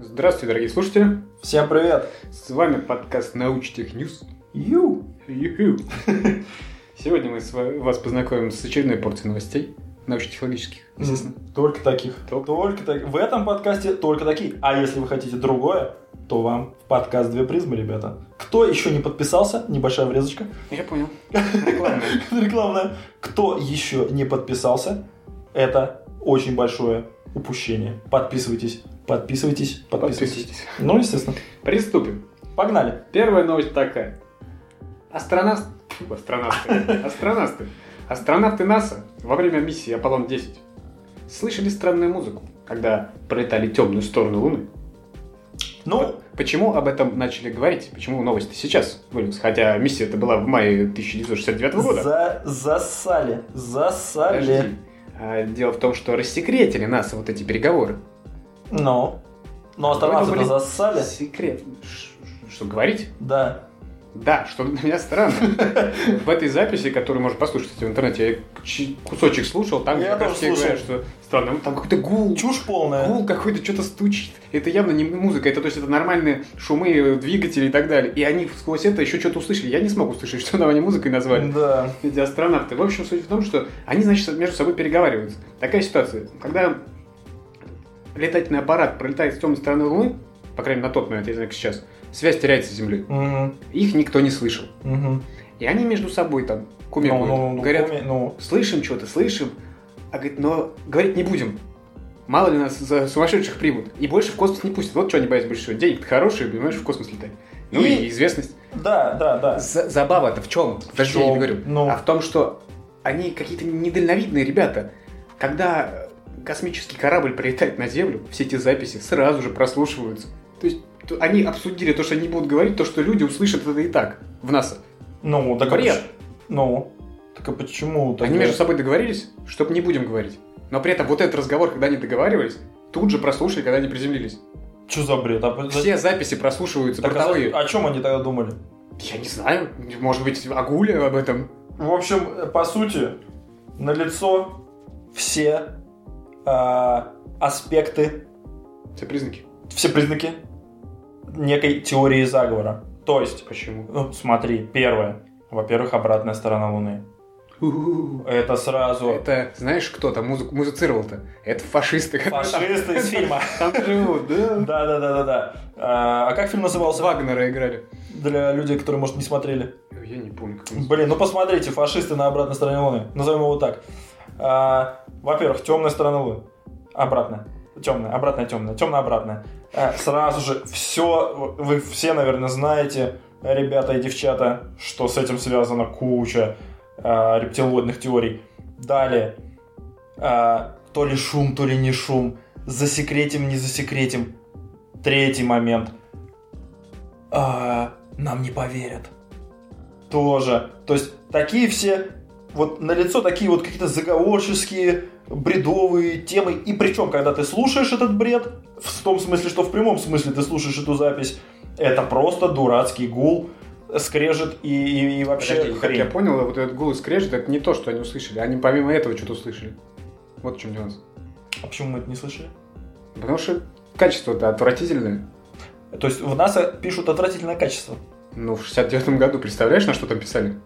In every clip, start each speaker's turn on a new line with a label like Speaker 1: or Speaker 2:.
Speaker 1: Здравствуйте, дорогие слушатели.
Speaker 2: Всем привет!
Speaker 1: С вами подкаст Научтех Ньюс.
Speaker 2: Ю!
Speaker 1: Ю-хю. Сегодня мы с ва- вас познакомим с очередной порцией новостей научно-технологических, естественно.
Speaker 2: Только таких.
Speaker 1: Топ.
Speaker 2: Только так. В этом подкасте только такие. А если вы хотите другое, то вам в подкаст «Две призмы», ребята. Кто еще не подписался, небольшая врезочка,
Speaker 1: Я понял. Рекламная.
Speaker 2: рекламная. Кто еще не подписался, это очень большое упущение. Подписывайтесь, подписывайтесь, подписывайтесь.
Speaker 1: Подписывайтесь.
Speaker 2: Ну, естественно.
Speaker 1: Приступим.
Speaker 2: Погнали.
Speaker 1: Первая новость такая. Астронавт... Фу, Астронавты. Астронавты. Астронавты НАСА во время миссии Аполлон-10 слышали странную музыку, когда пролетали темную сторону Луны.
Speaker 2: Ну,
Speaker 1: Почему об этом начали говорить? Почему новости сейчас вылез? Хотя миссия это была в мае 1969 года.
Speaker 2: за, засали, засали.
Speaker 1: Подожди. А, Дело в том, что рассекретили нас вот эти переговоры.
Speaker 2: Ну, но астронавты
Speaker 1: были-
Speaker 2: засали.
Speaker 1: Секрет. Ш- ш- Что говорить?
Speaker 2: Да,
Speaker 1: Да, что для меня странно. В этой записи, которую можно послушать кстати, в интернете, я ч- кусочек слушал, там
Speaker 2: Я
Speaker 1: как раз все
Speaker 2: тоже
Speaker 1: говорят, что странно, ну, там какой-то гул.
Speaker 2: Чушь полная.
Speaker 1: Гул какой-то что-то стучит. Это явно не музыка, это то есть это нормальные шумы, э, двигатели и так далее. И они сквозь это еще что-то услышали. Я не смог услышать, что там они музыкой назвали.
Speaker 2: Да.
Speaker 1: эти астронавты. В общем, суть в том, что они, значит, между собой переговариваются. Такая ситуация. Когда летательный аппарат пролетает с темной стороны Луны, по крайней мере, на тот момент, я не знаю, как сейчас, связь теряется с Землей.
Speaker 2: Мгм,
Speaker 1: Их никто не слышал.
Speaker 2: мгм.
Speaker 1: И они между собой там
Speaker 2: Ну,
Speaker 1: кумекуют.
Speaker 2: ну, ну,
Speaker 1: говорят,
Speaker 2: коми- ну,
Speaker 1: слышим что-то, слышим. А говорит, но говорить не будем. Мало ли нас за сумасшедших примут. И больше в космос не пустят. Вот что они боятся больше всего. Денег-то хорошие, понимаешь, в космос летать. Ну и,
Speaker 2: И-
Speaker 1: известность.
Speaker 2: да, да, да.
Speaker 1: За- Забава-то в чем? Подожди, я
Speaker 2: чём?
Speaker 1: не говорю.
Speaker 2: Ну.
Speaker 1: А в том, что они какие-то недальновидные ребята. Когда э, космический корабль прилетает на Землю, все эти записи сразу же прослушиваются. То есть т- они обсудили то, что они будут говорить, то, что люди услышат это и так в НАСА.
Speaker 2: Ну, так а
Speaker 1: Бред.
Speaker 2: поч- Ну, так а почему?
Speaker 1: они
Speaker 2: тогда?
Speaker 1: между собой договорились, чтобы не будем говорить. Но при этом вот этот разговор, когда они договаривались, тут же прослушали, когда они приземлились.
Speaker 2: Чё за бред? А по-
Speaker 1: Все записи прослушиваются,
Speaker 2: Так, а
Speaker 1: бортовые.
Speaker 2: за- о чем они тогда думали?
Speaker 1: Я не знаю, может быть, Агуля об этом.
Speaker 2: В общем, э, по сути, на лицо все а, аспекты,
Speaker 1: Все признаки.
Speaker 2: все признаки некой теории заговора. То есть,
Speaker 1: Почему?
Speaker 2: ну, смотри, первое. Во-первых, обратная сторона Луны. Это сразу
Speaker 1: Это, знаешь, кто там музык- музицировал-то? Это фашисты. которые там-
Speaker 2: фашисты из фильма.
Speaker 1: Там живут, да?
Speaker 2: Да, да, да, да, да. А а как фильм назывался?
Speaker 1: Вагнера играли.
Speaker 2: Для людей, которые, может, не смотрели.
Speaker 1: Я не помню, как он-
Speaker 2: Блин, ну посмотрите, фашисты на обратной стороне Луны. Назовем его так. А, Во-первых, темная сторона Луны. Обратная. Темная, обратная, темная, темная, обратная. А, Сразу же все, вы все, наверное, знаете, ребята и девчата, что с этим связана куча а, рептилоидных теорий. Далее. А, То ли шум, то ли не шум. Засекретим, не засекретим. Третий момент. А, Нам не поверят. Тоже. То есть такие все, вот на лицо такие вот какие-то заговорческие, бредовые темы. И причем, когда ты слушаешь этот бред, в том смысле, что в прямом смысле ты слушаешь эту запись, это просто дурацкий гул, скрежет и, и- и вообще
Speaker 1: Подожди, как
Speaker 2: хрень.
Speaker 1: я понял, вот этот гул и скрежет, это не то, что они услышали. Они помимо этого что-то услышали. Вот в чем нюанс.
Speaker 2: А почему мы это не слышали?
Speaker 1: Потому что качество-то отвратительное.
Speaker 2: То есть в НАСА пишут отвратительное качество.
Speaker 1: Ну, в 69 году, представляешь, на что там писали?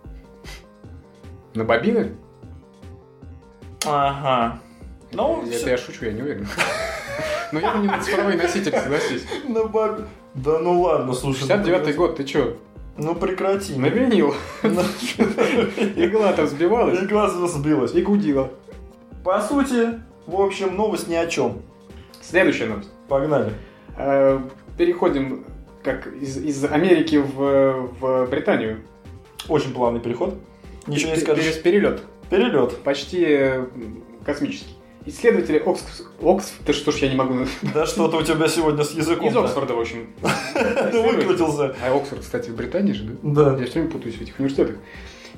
Speaker 1: На бобины?
Speaker 2: Ага. Ну,
Speaker 1: это
Speaker 2: всё.
Speaker 1: я шучу, я не уверен. Но я не на цифровой носитель, согласись.
Speaker 2: На бабе. Да ну ладно, слушай. ну
Speaker 1: 69
Speaker 2: прекрати.
Speaker 1: год, ты чё?
Speaker 2: Ну прекрати.
Speaker 1: На винил.
Speaker 2: И
Speaker 1: Игла там сбивалась
Speaker 2: глаз сбилось.
Speaker 1: и гудила.
Speaker 2: По сути, в общем, новость ни о чем.
Speaker 1: Следующая новость.
Speaker 2: Погнали.
Speaker 1: Э, Переходим как из, из Америки в, в Британию.
Speaker 2: Очень плавный переход. Ничего не
Speaker 1: Пе-
Speaker 2: скажешь.
Speaker 1: Через перелет.
Speaker 2: Перелет.
Speaker 1: Почти э, космический. Исследователи Оксф... Оксф... Да что ж я не могу...
Speaker 2: Да что-то у тебя сегодня с языком.
Speaker 1: Из Оксфорда, в общем.
Speaker 2: Ты выкрутился.
Speaker 1: А Оксфорд, кстати, в Британии же, да?
Speaker 2: Да.
Speaker 1: Я все время путаюсь в этих университетах.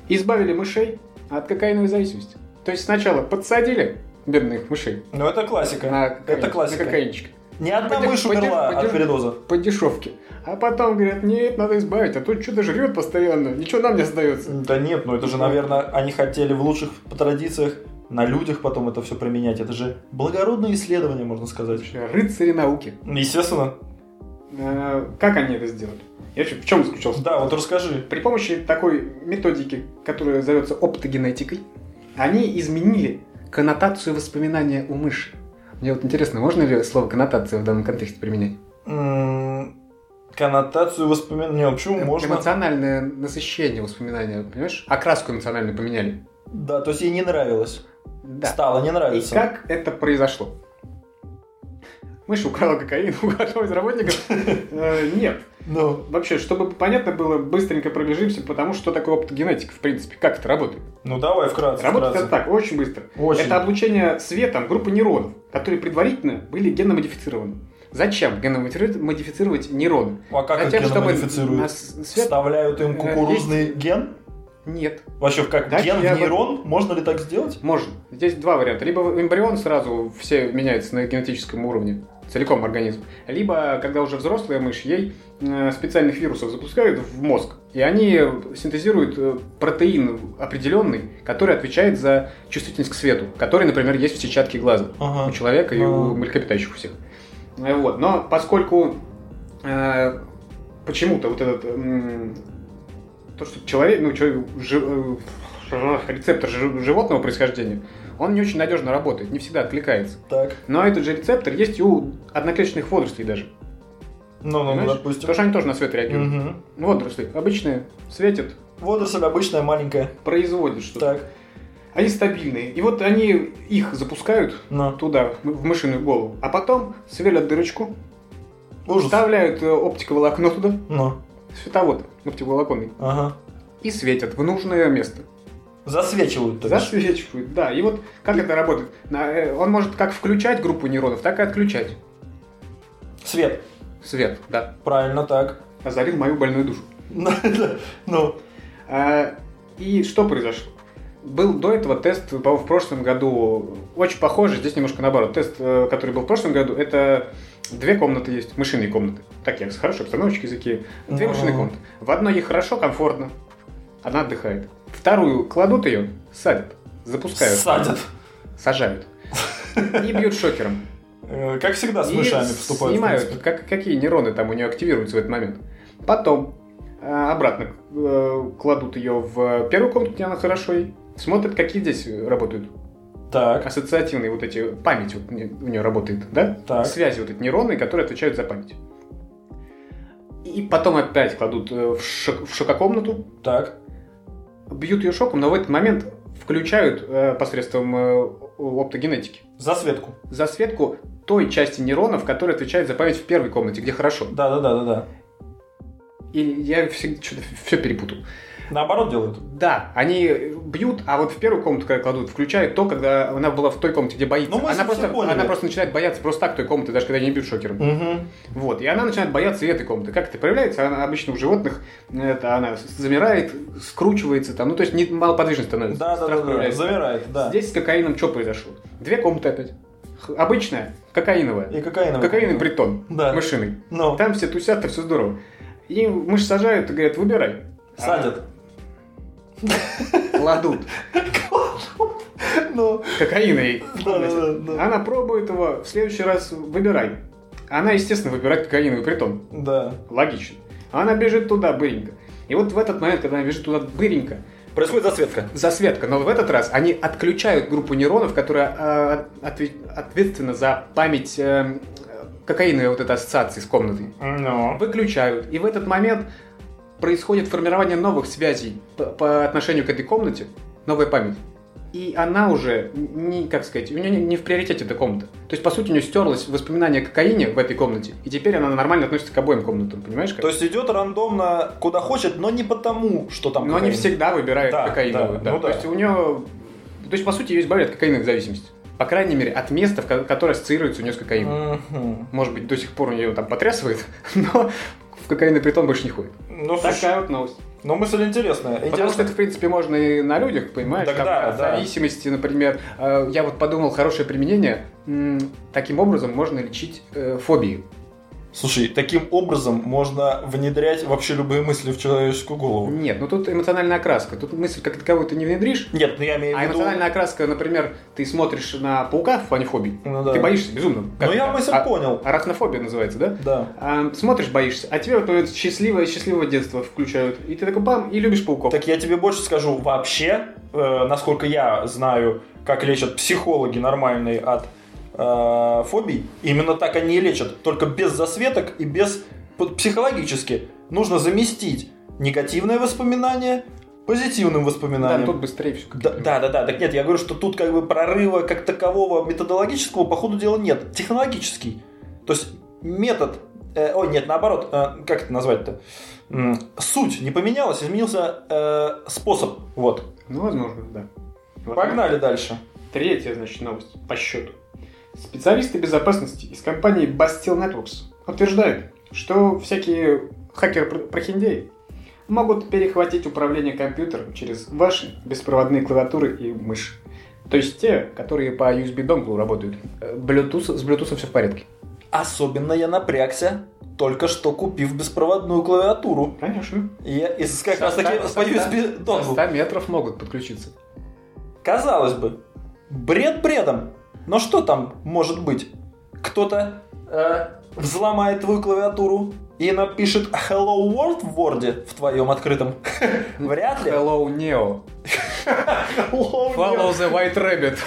Speaker 1: Избавили мышей от кокаиновой зависимости. То есть сначала подсадили бедных мышей
Speaker 2: Ну это классика.
Speaker 1: на, кокаин- на
Speaker 2: классика.
Speaker 1: кокаинчик.
Speaker 2: Ни одна
Speaker 1: Подерж-
Speaker 2: мышь умерла
Speaker 1: подерж-
Speaker 2: от
Speaker 1: подерж-
Speaker 2: передоза.
Speaker 1: по дешевке. А потом говорят, нет, надо избавить, а то что-то жрет постоянно, ничего нам не остается.
Speaker 2: Да нет, ну это же, наверное, они хотели в лучших по традициях на людях потом это все применять. Это же благородное исследование, можно сказать.
Speaker 1: Вообще, Рыцари науки.
Speaker 2: Естественно.
Speaker 1: Э, Как они это сделали? Я вообще в чем заключался?
Speaker 2: Да, вот расскажи.
Speaker 1: При помощи такой методики, которая зовется оптогенетикой, они изменили коннотацию воспоминания у мыши. Мне вот интересно, можно ли слово коннотация в данном контексте применять?
Speaker 2: М, Коннотацию воспоминаний. Не, почему
Speaker 1: Э,
Speaker 2: Ну, можно?
Speaker 1: Эмоциональное насыщение воспоминания, понимаешь? Окраску эмоциональную поменяли.
Speaker 2: Да, то есть ей не нравилось.
Speaker 1: Да.
Speaker 2: Стало не
Speaker 1: И
Speaker 2: нравиться.
Speaker 1: как это произошло? Мышь украла кокаин у одного из работников? Э, Нет.
Speaker 2: Ну,
Speaker 1: Вообще, чтобы понятно было, быстренько пробежимся, потому что такое оптогенетика, в принципе, как это работает.
Speaker 2: ну давай вкратце.
Speaker 1: Работает это
Speaker 2: вкратце.
Speaker 1: так, очень быстро.
Speaker 2: Очень.
Speaker 1: Это облучение светом группы нейронов, которые предварительно были геномодифицированы. Зачем геномодифицировать нейроны?
Speaker 2: А как
Speaker 1: Затем,
Speaker 2: их
Speaker 1: чтобы
Speaker 2: геномодифицируют?
Speaker 1: на с- свет...
Speaker 2: Вставляют им
Speaker 1: э,
Speaker 2: кукурузный ген?
Speaker 1: Нет,
Speaker 2: Вообще, как
Speaker 1: Да,
Speaker 2: ген в
Speaker 1: я вот-
Speaker 2: нейрон? Можно ли так сделать?
Speaker 1: можно. Здесь два варианта. Либо эмбрион сразу все меняется на генетическом уровне, целиком организм. Либо, когда уже взрослая мышь, ей э, специальных вирусов запускают в мозг, и они синтезируют э, протеин определенный, который отвечает за чувствительность к свету, который, например, есть в сетчатке глаза. у
Speaker 2: Ага.
Speaker 1: человека и у
Speaker 2: А.
Speaker 1: млекопитающих у всех. Э, Вот. Но поскольку э, почему-то вот этот м, то, что человек, ну, человек, жи- э, рецептор жи- животного происхождения, он не очень надежно работает, не всегда откликается.
Speaker 2: Так.
Speaker 1: Но этот же рецептор есть и у одноклеточных водорослей даже.
Speaker 2: Ну, ну, ну,
Speaker 1: Понимаешь?
Speaker 2: допустим.
Speaker 1: Потому что они тоже на свет реагируют. Ну,
Speaker 2: Мгм.
Speaker 1: Водоросли обычные светят,
Speaker 2: Водоросль обычная маленькая.
Speaker 1: производят что-то.
Speaker 2: Так.
Speaker 1: Они стабильные. И вот они их запускают
Speaker 2: Ну.
Speaker 1: туда, в в мышиную голову, а потом сверлят дырочку,
Speaker 2: Ужас.
Speaker 1: Вставляют э, оптиковолокно туда,
Speaker 2: Ну.
Speaker 1: световод оптиковолоконный,
Speaker 2: Ага.
Speaker 1: и светят в нужное место.
Speaker 2: Засвечивают. то бишь.
Speaker 1: Засвечивают, да. И вот как это работает? На, э, Он может как включать группу нейронов, так и отключать
Speaker 2: Свет.
Speaker 1: свет, да.
Speaker 2: Правильно так.
Speaker 1: Озарил мою больную душу.
Speaker 2: Ну, да. Ну.
Speaker 1: А, И что произошло? Был до этого тест, по-моему, в прошлом году, очень похожий, здесь немножко наоборот. Тест, э, который был в прошлом году, это две комнаты есть, мышиные комнаты. Так, я хорошо, обстановочки языки. Две
Speaker 2: Ну.
Speaker 1: мышиные комнаты. В одной ей хорошо, комфортно, она отдыхает. Вторую кладут ее, садят, запускают,
Speaker 2: Садят.
Speaker 1: сажают. И бьют шокером.
Speaker 2: Э, Как всегда с
Speaker 1: И
Speaker 2: мышами поступают. в
Speaker 1: снимают,
Speaker 2: принципе.
Speaker 1: как, какие нейроны там у нее активируются в этот момент. Потом э, обратно э, кладут ее в первую комнату, где она хорошо, и смотрят, какие здесь работают.
Speaker 2: Так,
Speaker 1: Ассоциативные вот эти, память вот не- у нее работает, да?
Speaker 2: так.
Speaker 1: Связи вот эти нейроны, которые отвечают за память. И потом опять кладут э, в, шок- в шококомнату,
Speaker 2: Так.
Speaker 1: бьют ее шоком, но в этот момент включают э, посредством э, оптогенетики
Speaker 2: Засветку.
Speaker 1: засветку той части нейронов, которая отвечает за память в первой комнате, где хорошо.
Speaker 2: Да, да, да, да, да.
Speaker 1: И я всегда что-то все перепутал.
Speaker 2: Наоборот делают.
Speaker 1: Да, они бьют, а вот в первую комнату, когда кладут, включают то, когда она была в той комнате, где боится.
Speaker 2: Ну, мы
Speaker 1: она,
Speaker 2: всё
Speaker 1: просто,
Speaker 2: поняли.
Speaker 1: она просто начинает бояться просто так той комнаты, даже когда ее не бьют шокером.
Speaker 2: Угу.
Speaker 1: Вот, и она начинает бояться и этой комнаты. Как это проявляется? Она обычно у животных, это она замирает, скручивается там, ну то есть не, малоподвижно становится.
Speaker 2: Да, да,
Speaker 1: Страх
Speaker 2: да, да.
Speaker 1: проявляется.
Speaker 2: Завирает, да.
Speaker 1: Здесь с кокаином что произошло? Две комнаты опять. Х- Обычная, кокаиновая.
Speaker 2: И кокаиновый.
Speaker 1: Кокаин и притон.
Speaker 2: Да.
Speaker 1: Мышиный.
Speaker 2: Ну,
Speaker 1: Там все тусят, там все здорово. И мышь сажают и говорят, выбирай. А,
Speaker 2: садят.
Speaker 1: Кладут
Speaker 2: Ну,
Speaker 1: кокаин ей.
Speaker 2: да, да, да.
Speaker 1: Она пробует его, в следующий раз выбирай. Она, естественно, выбирает кокаиновый притон.
Speaker 2: Да.
Speaker 1: Логично. Она бежит туда быренько. И вот в этот момент, когда она бежит туда быренько,
Speaker 2: Происходит засветка.
Speaker 1: засветка, но в этот раз они отключают группу нейронов, которая э, отве- ответственна за память э, кокаиновой вот этой ассоциации с комнатой.
Speaker 2: Ну.
Speaker 1: выключают. И в этот момент происходит формирование новых связей по, по отношению к этой комнате, новая память. И она уже, не, как сказать, у нее не, не в приоритете эта комната. То есть, по сути, у нее стерлось воспоминание о кокаине в этой комнате, и теперь она нормально относится к обоим комнатам, понимаешь? Как?
Speaker 2: То есть идет рандомно куда хочет, но не потому, что там.
Speaker 1: Но не
Speaker 2: кокаин.
Speaker 1: всегда выбирают
Speaker 2: Да,
Speaker 1: кокаиновую.
Speaker 2: да,
Speaker 1: Да,
Speaker 2: ну
Speaker 1: То
Speaker 2: да.
Speaker 1: есть у нее... То есть, по сути, ее избавили от кокаиновой зависимости. По крайней мере, от места, в ко- которое ассоциируется у нее с кокаином.
Speaker 2: Мгм.
Speaker 1: Может быть, до сих пор у нее там потрясывает, но в кокаиновый притон больше не ходит.
Speaker 2: Ну, слушай,
Speaker 1: Такая вот новость.
Speaker 2: ну мысль интересная.
Speaker 1: а- Потому что
Speaker 2: Интересно.
Speaker 1: это, в принципе, можно и на людях, понимаешь?
Speaker 2: Так
Speaker 1: там,
Speaker 2: да,
Speaker 1: в
Speaker 2: да.
Speaker 1: зависимости, например, э, я вот подумал, хорошее применение. М, Таким образом можно лечить э, фобии.
Speaker 2: Слушай, таким образом можно внедрять вообще любые мысли в человеческую голову.
Speaker 1: Нет, ну тут эмоциональная окраска. Тут мысль как таковую ты не внедришь.
Speaker 2: Нет, ну я имею в
Speaker 1: А
Speaker 2: виду...
Speaker 1: эмоциональная окраска, например, ты смотришь на паука в плане фобий,
Speaker 2: Ну да.
Speaker 1: ты боишься безумно. Как
Speaker 2: Ну я
Speaker 1: это?
Speaker 2: мысль
Speaker 1: А-
Speaker 2: понял.
Speaker 1: Арахнофобия называется, да?
Speaker 2: Да.
Speaker 1: А, смотришь, боишься, а тебе вот это счастливое, счастливого детства включают. И ты такой бам, и любишь пауков.
Speaker 2: Так я тебе больше скажу, вообще, э, насколько я знаю, как лечат психологи нормальные от э, фобий, именно так они и лечат, только без засветок и без п- психологически. Нужно заместить негативное воспоминание позитивным
Speaker 1: да,
Speaker 2: воспоминанием.
Speaker 1: тут быстрее все.
Speaker 2: Да, да, да, да. Так нет, я говорю, что тут как бы прорыва как такового методологического по ходу дела нет. Технологический. То есть метод... э, о, нет, наоборот. э, как это назвать-то? М, суть не поменялась, изменился э, способ. Вот.
Speaker 1: Ну, возможно, да. Возможно.
Speaker 2: Погнали дальше.
Speaker 1: Третья, значит, новость по счету. Специалисты безопасности из компании Bastille Networks утверждают, что всякие хакеры-прохиндеи могут перехватить управление компьютером через ваши беспроводные клавиатуры и мышь. То есть те, которые по USB донглу работают. Э, Bluetooth, с Bluetooth все в порядке.
Speaker 2: Особенно я напрягся, только что купив беспроводную клавиатуру.
Speaker 1: Конечно.
Speaker 2: И я из, как
Speaker 1: Со
Speaker 2: раз таки
Speaker 1: ста-
Speaker 2: по
Speaker 1: со ста-
Speaker 2: USB
Speaker 1: До
Speaker 2: донгл.
Speaker 1: 100 метров могут подключиться.
Speaker 2: Казалось бы, бред бредом. Но что там может быть? Кто-то э, взломает твою клавиатуру и напишет Hello World в Word в твоем открытом. Вряд ли.
Speaker 1: Hello, Neo.
Speaker 2: Hello
Speaker 1: Follow the White Rabbit.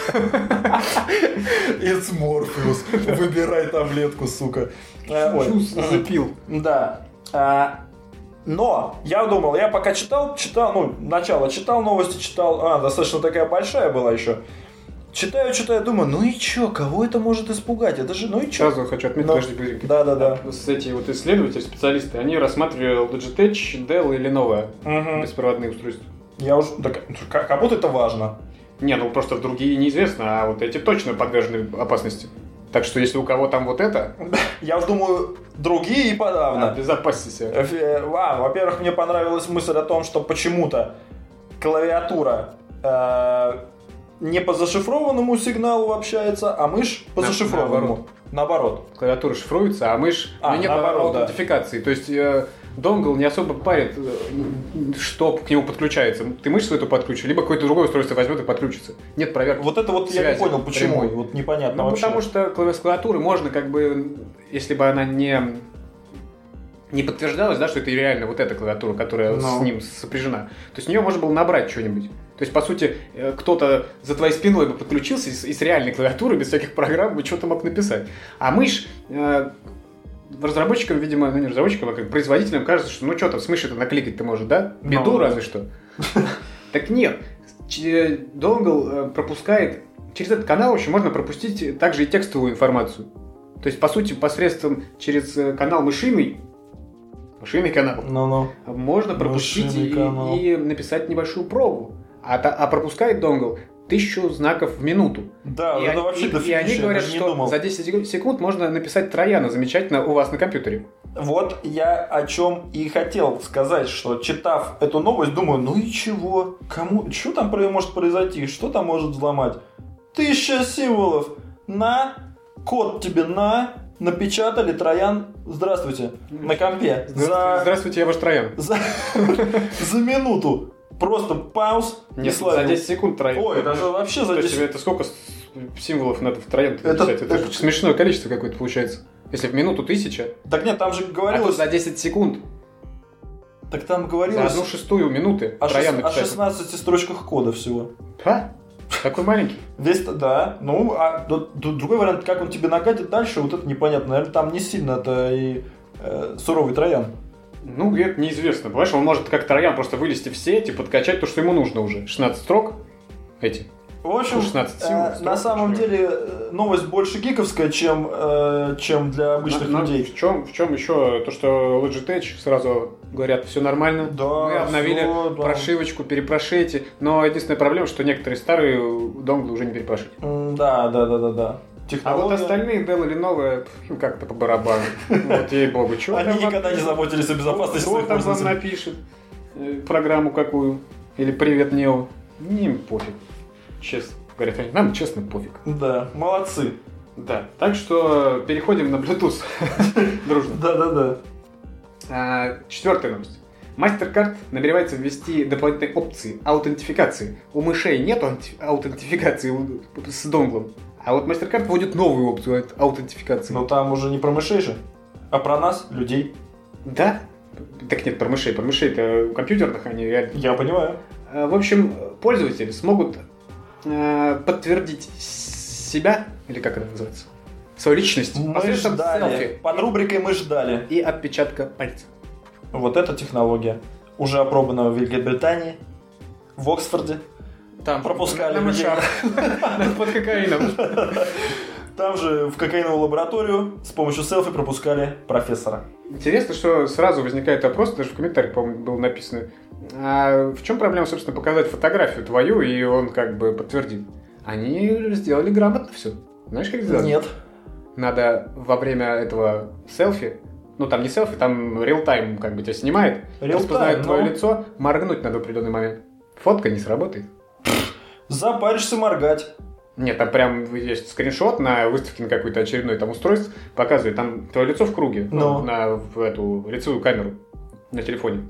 Speaker 2: It's Morpheus. Выбирай таблетку, сука. Э, ой.
Speaker 1: Чус запил.
Speaker 2: Да. А, но я думал, я пока читал, читал, ну, начало читал, новости читал, а, достаточно такая большая была еще. Читаю, читаю, думаю, ну и чё, кого это может испугать? Это же, ну и чё?
Speaker 1: Сразу хочу отметить,
Speaker 2: Но-
Speaker 1: подожди, подожди,
Speaker 2: Да-да-да.
Speaker 1: с эти вот исследователи, специалисты, они рассматривали Logitech, Dell или Lenovo
Speaker 2: Мгм.
Speaker 1: беспроводные устройства.
Speaker 2: Я уже, так, как, как будто это важно.
Speaker 1: Не, ну просто другие неизвестно, а вот эти точно подвержены опасности. Так что если у кого там вот это,
Speaker 2: Ну Я уж думаю, другие и подавно.
Speaker 1: обезопасьте себя.
Speaker 2: Э, э, а, во-первых, мне понравилась мысль о том, что почему-то клавиатура э, не по зашифрованному сигналу общается, а мышь по
Speaker 1: На-
Speaker 2: зашифрованному. Наоборот.
Speaker 1: Клавиатура шифруется, а мышь...
Speaker 2: А,
Speaker 1: ну, нет
Speaker 2: наоборот, да.
Speaker 1: аутентификации. То есть э, донгл не особо парит, э, что к нему подключается. Ты мышцу эту подключишь, либо какое-то другое устройство возьмет и подключится. Нет проверки.
Speaker 2: Вот это вот я не
Speaker 1: Связи
Speaker 2: понял, почему.
Speaker 1: прямой.
Speaker 2: Вот непонятно
Speaker 1: Ну,
Speaker 2: вообще.
Speaker 1: потому что клави- с клавиатуры можно как бы, если бы она не не подтверждалась, да, что это реально вот эта клавиатура, которая
Speaker 2: Ну.
Speaker 1: с ним сопряжена. То есть в нее можно было набрать что-нибудь. То есть, по сути, э, кто-то за твоей спиной бы подключился и с, и с реальной клавиатуры, без всяких программ, бы что-то мог написать. А мышь э, разработчикам, видимо, ну не разработчикам, а как производителям кажется, что ну что там, с мышью-то накликать-то может, да?
Speaker 2: Ну,
Speaker 1: Беду
Speaker 2: да.
Speaker 1: разве что. Так нет, Ч- э, донгл э, пропускает, через этот канал вообще можно пропустить также и текстовую информацию. То есть, по сути, посредством через э, канал мышиный, мышиный канал,
Speaker 2: Ну-ну.
Speaker 1: можно пропустить
Speaker 2: Мышиный
Speaker 1: и,
Speaker 2: канал.
Speaker 1: и написать небольшую пробу. А, та- а пропускает донгл тысячу знаков в минуту.
Speaker 2: Да,
Speaker 1: и
Speaker 2: А, ну это
Speaker 1: они,
Speaker 2: вообще
Speaker 1: и- и
Speaker 2: дофигища,
Speaker 1: они
Speaker 2: я
Speaker 1: говорят,
Speaker 2: даже не
Speaker 1: что
Speaker 2: думал.
Speaker 1: за 10 секунд- секунд можно написать трояна замечательно у вас на компьютере.
Speaker 2: Вот я о чем и хотел сказать, что читав эту новость, думаю, ну и чего? Кому? Что там про- может произойти? Что там может взломать? Тысяча символов! На! Код тебе на! Напечатали Троян. Здравствуйте. На компе.
Speaker 1: Здравствуйте,
Speaker 2: За,
Speaker 1: здравствуйте, я ваш троян.
Speaker 2: за, за минуту. Просто пауз и
Speaker 1: Нет, за
Speaker 2: славил.
Speaker 1: 10 секунд троян.
Speaker 2: Ой, даже вообще за
Speaker 1: То
Speaker 2: 10
Speaker 1: есть тебе это сколько с- символов надо в троем
Speaker 2: Это-
Speaker 1: написать? Это,
Speaker 2: это-
Speaker 1: же смешное количество какое-то получается. Если в минуту тысяча,
Speaker 2: Так нет, там же
Speaker 1: а тут
Speaker 2: говорилось...
Speaker 1: за 10 секунд,
Speaker 2: Так там
Speaker 1: за
Speaker 2: говорилось
Speaker 1: одну шестую минуты
Speaker 2: о, шест-
Speaker 1: троян
Speaker 2: о
Speaker 1: написать.
Speaker 2: 16 строчках кода всего.
Speaker 1: Ха? Такой маленький.
Speaker 2: Весь, да, ну, а ду- ду- другой вариант, как он тебе нагадит дальше, вот это непонятно. Наверное, там не сильно-то и э, суровый троян.
Speaker 1: Ну, это неизвестно. Понимаешь, он может как троян просто вылезти в сеть и подкачать то, что ему нужно уже. 16 строк эти.
Speaker 2: В общем,
Speaker 1: 16
Speaker 2: э,
Speaker 1: символов,
Speaker 2: на
Speaker 1: строк,
Speaker 2: самом
Speaker 1: что ли?
Speaker 2: деле э, новость больше гиковская, чем, э, чем для обычных
Speaker 1: Но- но
Speaker 2: людей.
Speaker 1: В чем, в чем еще то, что Logitech сразу говорят, все нормально.
Speaker 2: Да,
Speaker 1: Мы обновили
Speaker 2: всё, да.
Speaker 1: прошивочку, перепрошейте. Но единственная проблема, что некоторые старые донглы уже не перепрошить.
Speaker 2: М, Да, да, да, да, да.
Speaker 1: А вот
Speaker 2: Технология.
Speaker 1: остальные Dell или новые, им как-то по барабану. Вот ей-богу, чего
Speaker 2: Они никогда не заботились о безопасности
Speaker 1: Кто
Speaker 2: своих
Speaker 1: там вам
Speaker 2: пользователей.
Speaker 1: напишет э, программу какую? Или привет, Нео? Не им пофиг. Честно. Говорят, они, нам честно пофиг.
Speaker 2: Да, молодцы.
Speaker 1: Да. Так что переходим на Bluetooth. Дружно.
Speaker 2: Да-да-да.
Speaker 1: А, Четвертая новость. MasterCard намеревается ввести дополнительные опции аутентификации. У мышей нет аутентификации у- с донглом. А вот MasterCard вводит новую опцию аут- аутентификации.
Speaker 2: Но там уже не про мышей же, а про нас, людей.
Speaker 1: Да? Так нет, про мышей. Про мышей-то у компьютерных они реально
Speaker 2: Я понимаю.
Speaker 1: Э, В общем, пользователи смогут э, подтвердить с- себя, или как это называется, свою личность
Speaker 2: Мы
Speaker 1: посредством
Speaker 2: ждали.
Speaker 1: селфи
Speaker 2: Под рубрикой «Мы ждали».
Speaker 1: и отпечатка пальца.
Speaker 2: Вот эта технология уже опробована в Великобритании, в Оксфорде.
Speaker 1: Там
Speaker 2: пропускали
Speaker 1: на
Speaker 2: людей.
Speaker 1: мышах. Под кокаином.
Speaker 2: Там же в кокаиновую лабораторию с помощью селфи пропускали профессора.
Speaker 1: Интересно, что сразу возникает вопрос, даже в комментариях, по-моему, было написано. А в чем проблема, собственно, показать фотографию твою, и он как бы подтвердит? Они сделали грамотно все. Знаешь, как сделали?
Speaker 2: Нет.
Speaker 1: Надо во время этого селфи, ну там не селфи, там реал-тайм как бы тебя снимает,
Speaker 2: Real time,
Speaker 1: распознает твое
Speaker 2: но-
Speaker 1: лицо, моргнуть надо в определенный момент. Фотка не сработает.
Speaker 2: Запаришься моргать.
Speaker 1: Нет, там прям есть скриншот на выставке на какой-то очередной там устройство, показывает, там твое лицо в круге, ну,
Speaker 2: Но.
Speaker 1: на в эту лицевую камеру на телефоне.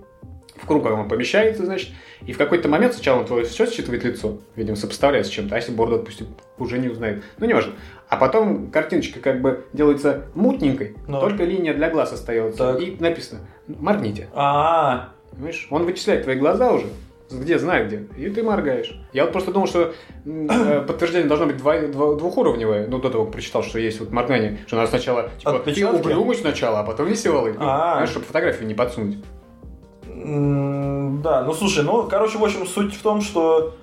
Speaker 1: В круг оно помещается, значит, и в какой-то момент сначала он твое все считывает лицо, видимо, сопоставляет с чем-то, а если борду отпустит, уже не узнает. Ну, неважно. А потом картиночка как бы делается мутненькой,
Speaker 2: Но.
Speaker 1: только линия для глаз остается.
Speaker 2: Так.
Speaker 1: И написано «моргните».
Speaker 2: А,
Speaker 1: Понимаешь? Он вычисляет твои глаза уже, где знает где, и ты моргаешь. Я вот просто думал, что м, э, подтверждение должно быть два- два- двухуровневое, ну, до того, как прочитал, что есть вот моргание, что надо сначала, типа, ты
Speaker 2: Отпечатки?
Speaker 1: угрюмый сначала, а потом веселый. Ну,
Speaker 2: А.
Speaker 1: Понимаешь, чтобы фотографию не подсунуть.
Speaker 2: м, да, ну слушай, ну, короче, в общем, суть в том, что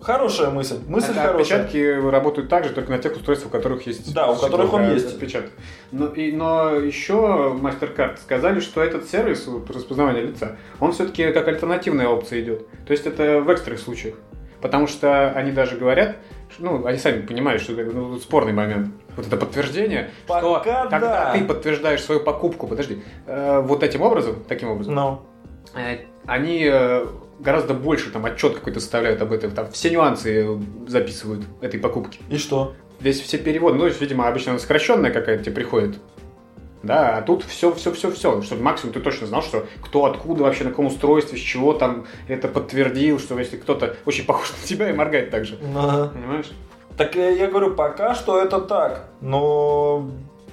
Speaker 2: хорошая мысль. Мысль
Speaker 1: Это
Speaker 2: хорошая.
Speaker 1: отпечатки работают также только на тех устройствах, у которых есть...
Speaker 2: Да, у которых он
Speaker 1: э,
Speaker 2: есть.
Speaker 1: Отпечаток. Но, и, но еще MasterCard сказали, что этот сервис вот, распознавания лица, он все-таки как альтернативная опция идет. То есть это в экстренных случаях. Потому что они даже говорят, что- ну, они сами понимают, что это ну, спорный момент. Вот это подтверждение, что
Speaker 2: Пока
Speaker 1: когда
Speaker 2: да.
Speaker 1: ты подтверждаешь свою покупку, подожди, э, вот этим образом, таким образом,
Speaker 2: Ну,
Speaker 1: Э, они э, гораздо больше там отчет какой-то составляют об этом, там все нюансы э, записывают этой покупки.
Speaker 2: и что?
Speaker 1: Здесь все переводы, ну, то есть, видимо, обычно она сокращенная какая-то тебе приходит. Да, а тут все, все, все, все, чтобы максимум ты точно знал, что кто откуда вообще, на каком устройстве, с чего там это подтвердил, что если кто-то очень похож на тебя и моргает так же.
Speaker 2: Ну,
Speaker 1: Понимаешь?
Speaker 2: Так э, я говорю, пока что это так, но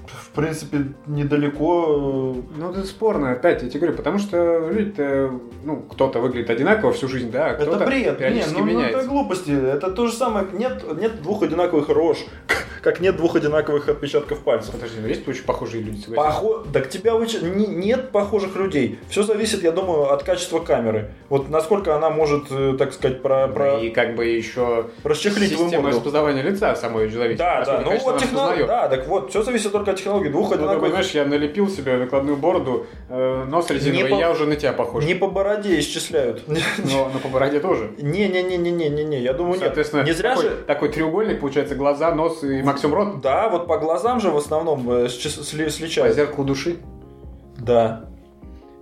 Speaker 2: в принципе недалеко. э,
Speaker 1: Ну, это спорно, опять, я тебе говорю, потому что люди-то, ну, кто-то выглядит одинаково всю жизнь, да, а кто-то
Speaker 2: Это бред, не,
Speaker 1: периодически
Speaker 2: ну, ну,
Speaker 1: меняется.
Speaker 2: это глупости. Это то же самое, нет, нет двух одинаковых рож, как нет двух одинаковых отпечатков пальцев.
Speaker 1: Подожди, ну есть очень похожие люди, согласись?
Speaker 2: Похо... Так тебя выч... не- нет похожих людей. Все зависит, я думаю, от качества камеры. Вот насколько она может, э, так сказать, про... про...
Speaker 1: И как бы еще
Speaker 2: расчехлить твою
Speaker 1: система
Speaker 2: морду.
Speaker 1: распознавания лица самой зависит.
Speaker 2: Да,
Speaker 1: Насколько,
Speaker 2: да, ну
Speaker 1: конечно,
Speaker 2: вот
Speaker 1: она
Speaker 2: технология,
Speaker 1: распознает.
Speaker 2: да, так вот, все зависит только от технологии, двух
Speaker 1: Ну, ты
Speaker 2: одинаковых
Speaker 1: понимаешь, я налепил себе накладную бороду, э, нос резиновый,
Speaker 2: Не по-
Speaker 1: и я уже на тебя похож.
Speaker 2: не по бороде исчисляют.
Speaker 1: Но, но по бороде тоже.
Speaker 2: Не-не-не-не-не-не, я думаю, нет.
Speaker 1: Соответственно,
Speaker 2: Ну, Не зря
Speaker 1: такой,
Speaker 2: же...
Speaker 1: такой треугольник, получается, глаза, нос и максимум рот.
Speaker 2: Да, вот по глазам же в основном э, счис- сли-
Speaker 1: По
Speaker 2: сличают.
Speaker 1: зеркалу души.
Speaker 2: Да.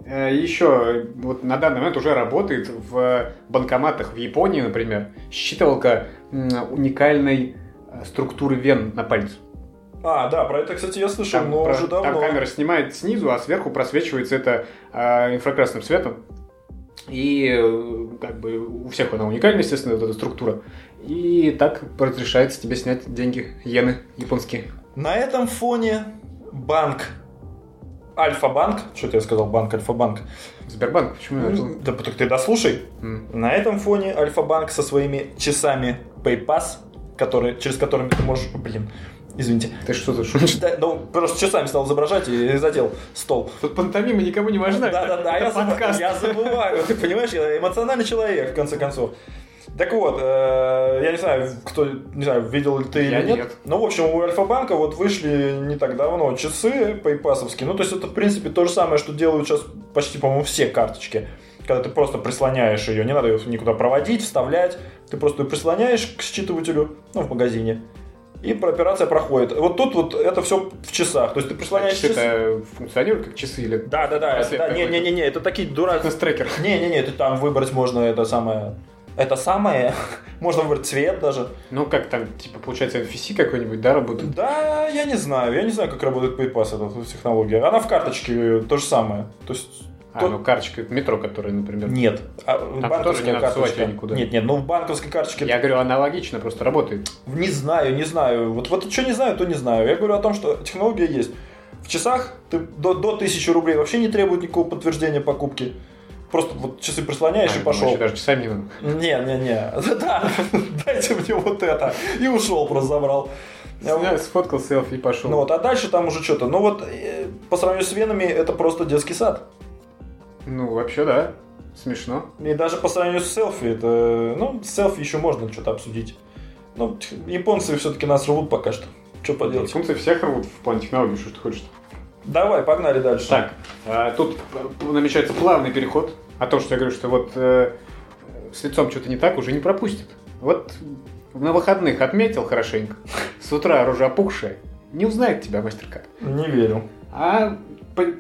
Speaker 1: Э, Еще вот на данный момент уже работает в банкоматах в Японии, например, считывалка м, уникальной э, структуры вен на пальце.
Speaker 2: А, да, про это, кстати, я слышал,
Speaker 1: Там,
Speaker 2: но
Speaker 1: про-
Speaker 2: уже
Speaker 1: там
Speaker 2: давно.
Speaker 1: камера снимает снизу, а сверху просвечивается это э, инфракрасным светом. И э, как бы у всех она уникальна, естественно, вот эта структура. И так разрешается тебе снять деньги, иены японские.
Speaker 2: На этом фоне банк Альфа-банк, что-то я сказал, банк Альфа-банк.
Speaker 1: Сбербанк, почему я решил?
Speaker 2: Да, так ты дослушай.
Speaker 1: М.
Speaker 2: На этом фоне Альфа-банк со своими часами PayPass, которые, через которыми ты можешь... Блин, извините.
Speaker 1: Ты что тут шумишь?
Speaker 2: Да, ну, просто часами стал изображать и задел стол.
Speaker 1: Тут пантомима никому не важна.
Speaker 2: Да-да-да,
Speaker 1: Это
Speaker 2: я, забы-
Speaker 1: подкаст.
Speaker 2: я забываю, ты понимаешь, я эмоциональный человек, в конце концов. Так вот, э, я не знаю, кто, не знаю, видел ли ты
Speaker 1: Я
Speaker 2: или нет.
Speaker 1: нет.
Speaker 2: Ну, в общем, у Альфа-банка вот вышли не так давно часы пейпасовские. Ну, то есть это, в принципе, то же самое, что делают сейчас почти, по-моему, все карточки. Когда ты просто прислоняешь ее, не надо ее никуда проводить, вставлять. Ты просто ее прислоняешь к считывателю, ну, в магазине. И операция проходит. Вот тут вот это все в часах. То есть ты прислоняешь
Speaker 1: Значит,
Speaker 2: часы.
Speaker 1: это функционирует как часы или
Speaker 2: Да, да, да,
Speaker 1: Просвет
Speaker 2: да, не, не, не, не, это такие дурацкие.
Speaker 1: фитнес-трекер?
Speaker 2: Не, не, не, это там выбрать можно это самое это самое, можно выбрать цвет даже.
Speaker 1: Ну, как там, типа, получается, NFC какой-нибудь, да, работает?
Speaker 2: Да, я не знаю, я не знаю, как работает PayPass, эта технология. Она в карточке э, то же самое. То есть
Speaker 1: А,
Speaker 2: то-
Speaker 1: ну, карточка в метро, которая, например.
Speaker 2: нет, а,
Speaker 1: тоже не
Speaker 2: банковская
Speaker 1: надо сувать
Speaker 2: карточка.
Speaker 1: её никуда.
Speaker 2: Нет, нет, ну в банковской карточке
Speaker 1: Я говорю, аналогично просто работает.
Speaker 2: Не знаю, не знаю. Вот, вот что не знаю, то не знаю. Я говорю о том, что технология есть. В часах ты до, до 1000 рублей вообще не требует никакого подтверждения покупки. Просто вот часы прислоняешь
Speaker 1: А,
Speaker 2: и
Speaker 1: ну,
Speaker 2: пошел.
Speaker 1: вообще Даже часами не надо.
Speaker 2: Не, не, не. Да, дайте мне вот это. И ушел, просто забрал.
Speaker 1: Сня- Сфоткал селфи и пошел.
Speaker 2: Ну вот, а дальше там уже что-то. Ну вот, э, по сравнению с Венами, это просто детский сад.
Speaker 1: Ну, вообще, да. Смешно.
Speaker 2: И даже по сравнению с селфи, это, ну, с селфи еще можно что-то обсудить. Ну, тх, японцы все-таки нас рвут пока что. Что поделать?
Speaker 1: Функции всех рвут в плане технологий, что ж ты хочешь.
Speaker 2: Давай, погнали дальше.
Speaker 1: Так, а, тут п- намечается плавный переход о том, что я говорю, что вот э, с лицом что-то не так, уже не пропустит. Вот на выходных отметил хорошенько, с утра рожа опухшая, не узнает тебя мастер-кат.
Speaker 2: Не верю.
Speaker 1: А п-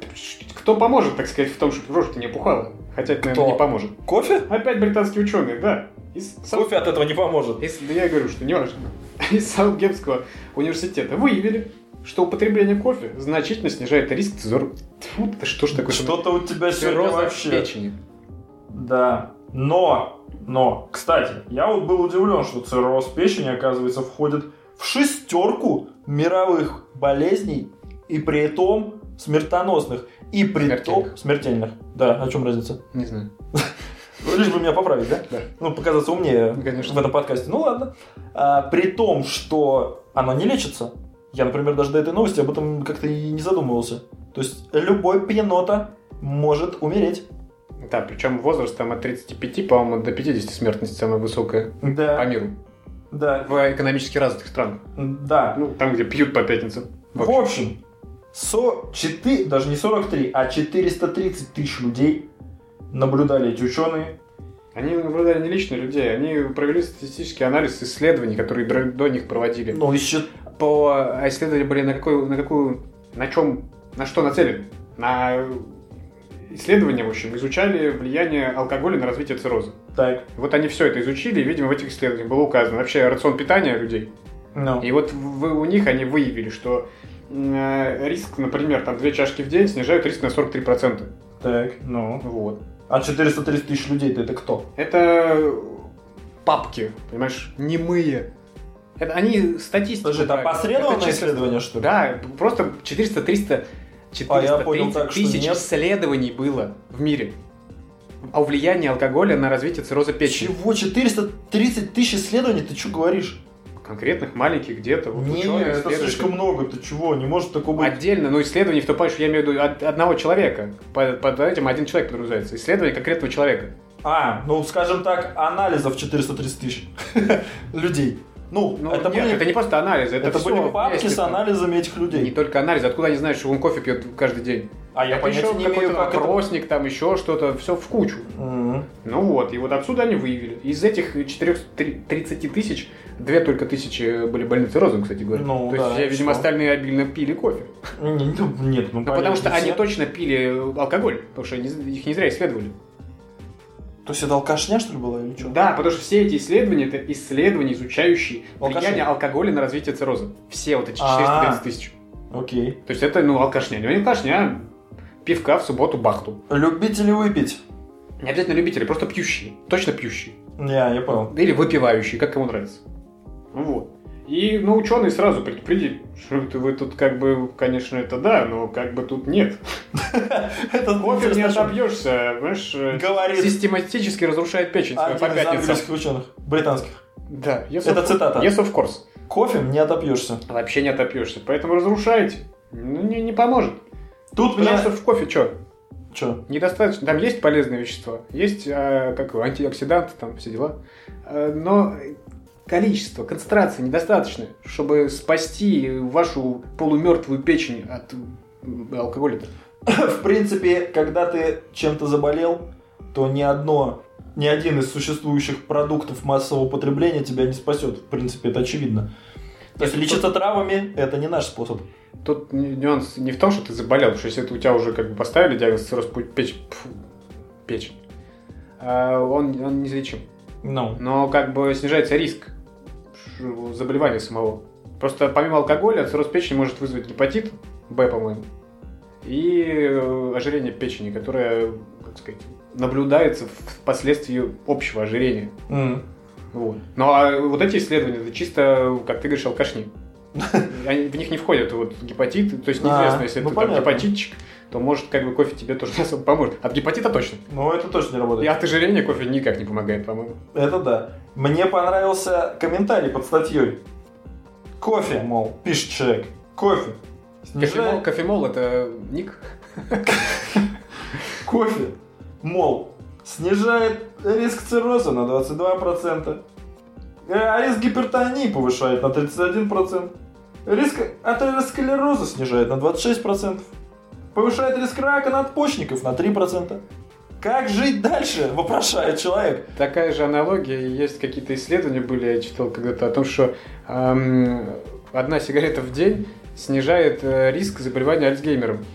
Speaker 1: кто поможет, так сказать, в том, чтобы рожа-то не опухала? Хотя это, наверное,
Speaker 2: Кто?
Speaker 1: не поможет.
Speaker 2: Кофе?
Speaker 1: Опять британские ученые, да. Из, Сау-
Speaker 2: Кофе от этого не поможет.
Speaker 1: из- да я говорю, что не важно. Из Саутгемского университета выявили, что употребление кофе значительно снижает риск цизор. Тьфу, да что ж такое?
Speaker 2: Что-то у тебя сегодня
Speaker 1: Цирроза
Speaker 2: вообще.
Speaker 1: печени.
Speaker 2: Да. Но, но, кстати, я вот был удивлен, что цирроз печени, оказывается, входит в шестерку мировых болезней, и при том смертоносных, и при том
Speaker 1: Смертельных.
Speaker 2: смертельных. Да, о чем разница? Ну,
Speaker 1: Не знаю.
Speaker 2: Лишь бы меня поправить, да?
Speaker 1: Да.
Speaker 2: Ну, показаться умнее
Speaker 1: Ну, конечно.
Speaker 2: в этом подкасте. Ну ладно. А, при том, что оно не лечится. Я, например, даже до этой новости об этом как-то и не задумывался. То есть любой пьянота может умереть.
Speaker 1: Да, причем возраст там от 35, по-моему, до 50 смертность самая высокая по
Speaker 2: Да.
Speaker 1: миру.
Speaker 2: Да.
Speaker 1: В экономически развитых странах.
Speaker 2: Да.
Speaker 1: Ну, там, где пьют по пятницам. В
Speaker 2: В
Speaker 1: общем.
Speaker 2: общем, со 4, даже не 43, а 430 тысяч людей наблюдали эти ученые.
Speaker 1: Они наблюдали не лично людей, они провели статистический анализ исследований, которые др- до них проводили.
Speaker 2: Ну, еще...
Speaker 1: По а исследования были на какую, на какую, на чем, на что нацелены? На исследования, в общем, изучали влияние алкоголя на развитие цирроза.
Speaker 2: Так.
Speaker 1: Вот они все это изучили, и, видимо, в этих исследованиях было указано вообще рацион питания людей.
Speaker 2: Ну.
Speaker 1: И вот в- у них они выявили, что э, риск, например, там две чашки в день снижают риск на 43%.
Speaker 2: Так. Ну.
Speaker 1: Вот.
Speaker 2: А 430 тысяч людей это кто?
Speaker 1: Это папки, понимаешь, немые. Это они статистику...
Speaker 2: Слушай, это
Speaker 1: брали.
Speaker 2: опосредованное
Speaker 1: Это чисто-
Speaker 2: исследование, что ли?
Speaker 1: Да, просто 400 300
Speaker 2: А, я понял
Speaker 1: 430
Speaker 2: так, что
Speaker 1: тысяч
Speaker 2: нет.
Speaker 1: исследований было в мире о влиянии алкоголя на развитие цирроза печени.
Speaker 2: Чего? 430 тысяч исследований? Ты что говоришь?
Speaker 1: Конкретных маленьких где-то. Вот
Speaker 2: не,
Speaker 1: ученые
Speaker 2: это
Speaker 1: исследуют.
Speaker 2: слишком много. Ты чего? Не может такого быть.
Speaker 1: Отдельно, но исследование в том плане, что я имею в виду от- одного человека. Под, под этим один человек подразумевается. Исследование конкретного человека.
Speaker 2: А, ну, скажем так, анализов 430 тысяч людей. Ну,
Speaker 1: Ну,
Speaker 2: это,
Speaker 1: нет,
Speaker 2: были,
Speaker 1: это не просто анализы, это,
Speaker 2: это
Speaker 1: всё
Speaker 2: были папки
Speaker 1: вместе,
Speaker 2: с
Speaker 1: там.
Speaker 2: анализами этих людей.
Speaker 1: Не только анализы, откуда они знают, что он кофе пьет каждый день?
Speaker 2: А я
Speaker 1: Это
Speaker 2: понятия
Speaker 1: ещё
Speaker 2: не
Speaker 1: какой-то
Speaker 2: имею, как это...
Speaker 1: опросник, там еще что-то, все в кучу.
Speaker 2: Мгм.
Speaker 1: Ну вот, и вот отсюда они выявили. Из этих 430 тысяч, две только тысячи э, были больны циррозом, кстати говоря.
Speaker 2: Ну,
Speaker 1: То есть,
Speaker 2: да, и
Speaker 1: видимо,
Speaker 2: что?
Speaker 1: остальные обильно пили кофе.
Speaker 2: Н- ну, Нет, ну,
Speaker 1: Ну,
Speaker 2: понятно,
Speaker 1: потому что они
Speaker 2: все.
Speaker 1: точно пили э, алкоголь, потому что не- их не зря исследовали.
Speaker 2: То есть это алкашня, что ли, была или что?
Speaker 1: Да, потому что все эти исследования, это исследования, изучающие
Speaker 2: Алкаши.
Speaker 1: влияние алкоголя на развитие цирроза. Все вот эти
Speaker 2: А.
Speaker 1: 430 тысяч.
Speaker 2: Окей.
Speaker 1: То есть это, ну, алкашня. Ну, не алкашня, а пивка в субботу бахту.
Speaker 2: Любители выпить?
Speaker 1: Не обязательно любители, просто пьющие. Точно пьющие.
Speaker 2: Не, я понял.
Speaker 1: Или выпивающие, как кому нравится. Ну, Вот. И, ну, ученые сразу предупредили, что это вы тут как бы, конечно, это да, но как бы тут нет.
Speaker 2: Это
Speaker 1: Кофе не
Speaker 2: Ну, интересно, что
Speaker 1: отобьешься, понимаешь, э,
Speaker 2: Говорит
Speaker 1: систематически разрушает печень своя по
Speaker 2: один из
Speaker 1: пятницам.
Speaker 2: английских ученых, британских.
Speaker 1: Да, yes,
Speaker 2: Это
Speaker 1: of-
Speaker 2: цитата.
Speaker 1: yes, of course.
Speaker 2: Кофе не отопьешься.
Speaker 1: Вообще не отопьешься, поэтому разрушаете. Ну, не, не поможет.
Speaker 2: Тут
Speaker 1: Потому
Speaker 2: меня...
Speaker 1: что в кофе что?
Speaker 2: Че?
Speaker 1: Недостаточно. Там есть полезные вещества, есть а, как его, антиоксиданты, там все дела. А, но количество, концентрации недостаточно, чтобы спасти вашу полумертвую печень от м, алкоголя.
Speaker 2: В принципе, когда ты чем-то заболел, то ни одно, ни один из существующих продуктов массового потребления тебя не спасет. В принципе, это очевидно. То есть
Speaker 1: Если
Speaker 2: лечиться травами – это не наш способ.
Speaker 1: Тут н- нюанс не в том, что ты заболел, потому что если это у тебя уже как бы поставили диагноз цирроз пу- печень, пф, печень, а, он, он неизлечим.
Speaker 2: Ну,
Speaker 1: Но как бы снижается риск ш- заболевания самого. Просто помимо алкоголя цирроз печени может вызвать гепатит Б, по-моему, и э, ожирение печени, которое, как сказать, наблюдается впоследствии общего ожирения.
Speaker 2: м.
Speaker 1: Вот. Ну а вот эти исследования, это чисто, как ты говоришь, алкашни. Они- в них не входят вот гепатит, то есть неизвестно,
Speaker 2: А,
Speaker 1: если
Speaker 2: ну
Speaker 1: ты там
Speaker 2: понятно.
Speaker 1: гепатитчик, то может как бы кофе тебе тоже не особо поможет. От гепатита точно.
Speaker 2: Ну, это точно не
Speaker 1: И
Speaker 2: работает.
Speaker 1: от ожирения кофе никак не помогает, по-моему.
Speaker 2: Это да. Мне понравился комментарий под статьей. Кофе, мол, пишет человек. Кофе.
Speaker 1: Кофемол,
Speaker 2: Снижает
Speaker 1: кофемол это ник.
Speaker 2: кофе, мол, снижает риск цирроза на 22%. Э, А риск гипертонии повышает на 31%. Риск атеросклероза снижает на 26%. Повышает риск рака надпочечников на 3%. Как жить дальше, вопрошает человек.
Speaker 1: Такая же аналогия, и есть какие-то исследования были, я читал когда-то, о том, что эм, одна сигарета в день снижает э, риск заболевания Альцгеймером.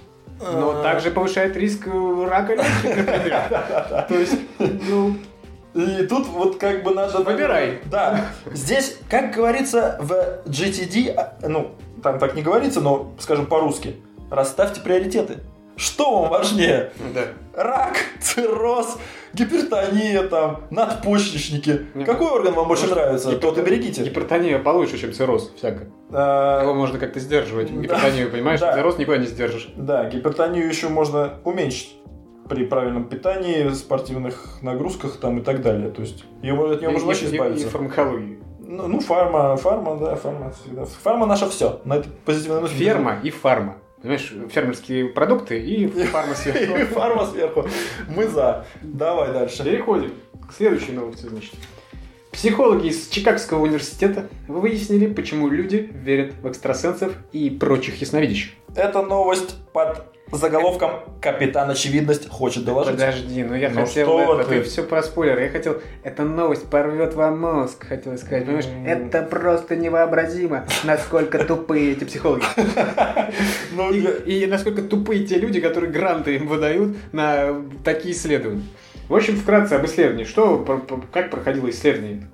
Speaker 1: Но
Speaker 2: А.
Speaker 1: также повышает риск э, рака легких, например. То есть, ну,
Speaker 2: И тут вот как бы надо...
Speaker 1: Выбирай.
Speaker 2: Да. Здесь, как говорится в GTD, а, ну, там так не говорится, но, скажем по-русски, расставьте приоритеты. Что вам важнее?
Speaker 1: да.
Speaker 2: Рак, цирроз, гипертония, там, надпочечники.
Speaker 1: Нет.
Speaker 2: Какой орган вам больше
Speaker 1: Может,
Speaker 2: нравится?
Speaker 1: гипер-
Speaker 2: Тот и берегите.
Speaker 1: Гипертония получше, чем цирроз, всяко.
Speaker 2: А,
Speaker 1: Его можно как-то сдерживать.
Speaker 2: Да.
Speaker 1: Гипертонию, понимаешь?
Speaker 2: Да.
Speaker 1: Цирроз никуда не сдержишь.
Speaker 2: Да, гипертонию еще можно уменьшить при правильном питании, спортивных нагрузках там и так далее. То есть его- от
Speaker 1: И-
Speaker 2: него можно
Speaker 1: и-
Speaker 2: вообще
Speaker 1: и-
Speaker 2: избавиться.
Speaker 1: И фармакологию.
Speaker 2: Ну, ну, фарма, фарма, да, фарма всегда. Фарма наша все. На это Ну, позитивная мысль.
Speaker 1: Ферма и фарма. Понимаешь, фермерские продукты и фарма
Speaker 2: И
Speaker 1: сверху.
Speaker 2: фарма сверху. Мы за. Давай дальше.
Speaker 1: Переходим к следующей новости, значит. Психологи из Чикагского университета выяснили, почему люди верят в экстрасенсов и прочих ясновидящих.
Speaker 2: Это новость под заголовком «Капитан Очевидность хочет доложить».
Speaker 1: Подожди, ну я
Speaker 2: Ну
Speaker 1: хотел...
Speaker 2: что
Speaker 1: это,
Speaker 2: ты?
Speaker 1: ты все про спойлер. Я хотел... Эта новость порвет вам мозг, хотел сказать. Понимаешь,
Speaker 2: М.
Speaker 1: это просто невообразимо, насколько тупые эти психологи.
Speaker 2: Ну, я-
Speaker 1: И, и насколько тупые те люди, которые гранты им выдают на такие исследования. В общем, вкратце об исследовании. Что, про- про- как проходило исследование?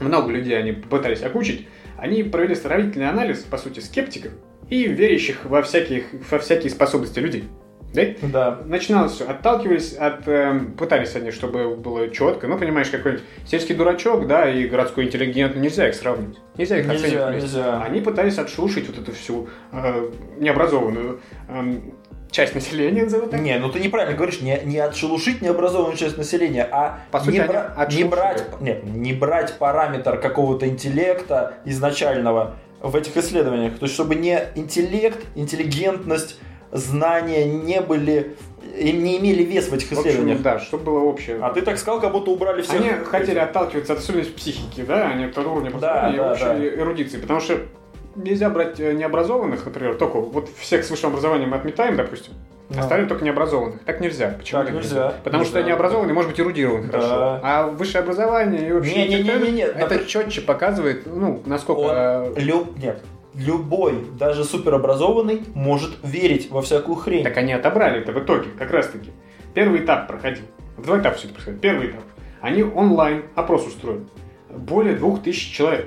Speaker 1: Много людей они пытались окучить. Они провели сравнительный анализ, по сути, скептиков и верящих во, всяких, во всякие способности людей. Да?
Speaker 2: Да.
Speaker 1: Начиналось все, отталкивались от... эм, пытались они, чтобы было четко. Ну, понимаешь, какой-нибудь сельский дурачок, да, и городской интеллигент, ну, нельзя их сравнивать. Нельзя их оценивать.
Speaker 2: Нельзя,
Speaker 1: вместе.
Speaker 2: нельзя.
Speaker 1: Они пытались отшушить вот эту всю э, необразованную эм, часть населения, назову так.
Speaker 2: Не, ну ты неправильно говоришь, не, не отшелушить необразованную часть населения, а
Speaker 1: По сути,
Speaker 2: не,
Speaker 1: они
Speaker 2: бра- не
Speaker 1: отшелушили.
Speaker 2: брать, нет, не брать параметр какого-то интеллекта изначального в этих исследованиях. То есть, чтобы не интеллект, интеллигентность, знания не были, и не имели вес в этих
Speaker 1: В общем,
Speaker 2: исследованиях.
Speaker 1: да, чтобы было общее.
Speaker 2: А ты так сказал, как будто убрали всех.
Speaker 1: Они хотели отталкиваться от особенностей психики, да, а не от уровня познания и
Speaker 2: да,
Speaker 1: общей
Speaker 2: да.
Speaker 1: эрудиции, потому что нельзя брать э, необразованных, например, только вот всех с высшим образованием мы отметаем, допустим,
Speaker 2: Да.
Speaker 1: оставим только необразованных. Так нельзя. Почему
Speaker 2: Так нельзя.
Speaker 1: Потому что
Speaker 2: Нельзя.
Speaker 1: необразованный может быть эрудирован
Speaker 2: Да.
Speaker 1: хорошо, а высшее образование и вообще
Speaker 2: Не-не-не-не-не,
Speaker 1: это
Speaker 2: напр-
Speaker 1: четче показывает, ну, насколько...
Speaker 2: Он-
Speaker 1: э,
Speaker 2: Лю- Нет. Любой, даже суперобразованный, может верить во всякую хрень.
Speaker 1: Так они отобрали это в итоге, как раз таки. Первый этап проходил. В два этапа все это происходит. Первый этап. Они онлайн опрос устроили. Более двух тысяч человек.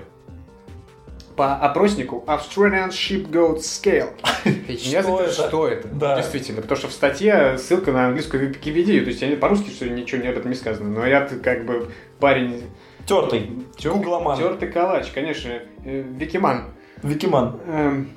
Speaker 1: По опроснику Australian Shipgoat Scale. Я
Speaker 2: Что
Speaker 1: за-
Speaker 2: это?
Speaker 1: Что это?
Speaker 2: Да.
Speaker 1: Действительно, потому что в статье ссылка на английскую Википедию, то есть они по-русски что ли ничего не об этом не сказано, но я как бы парень...
Speaker 2: Тертый. Гугломан.
Speaker 1: Тертый калач, конечно, э, Викиман.
Speaker 2: Викиман.
Speaker 1: Эм,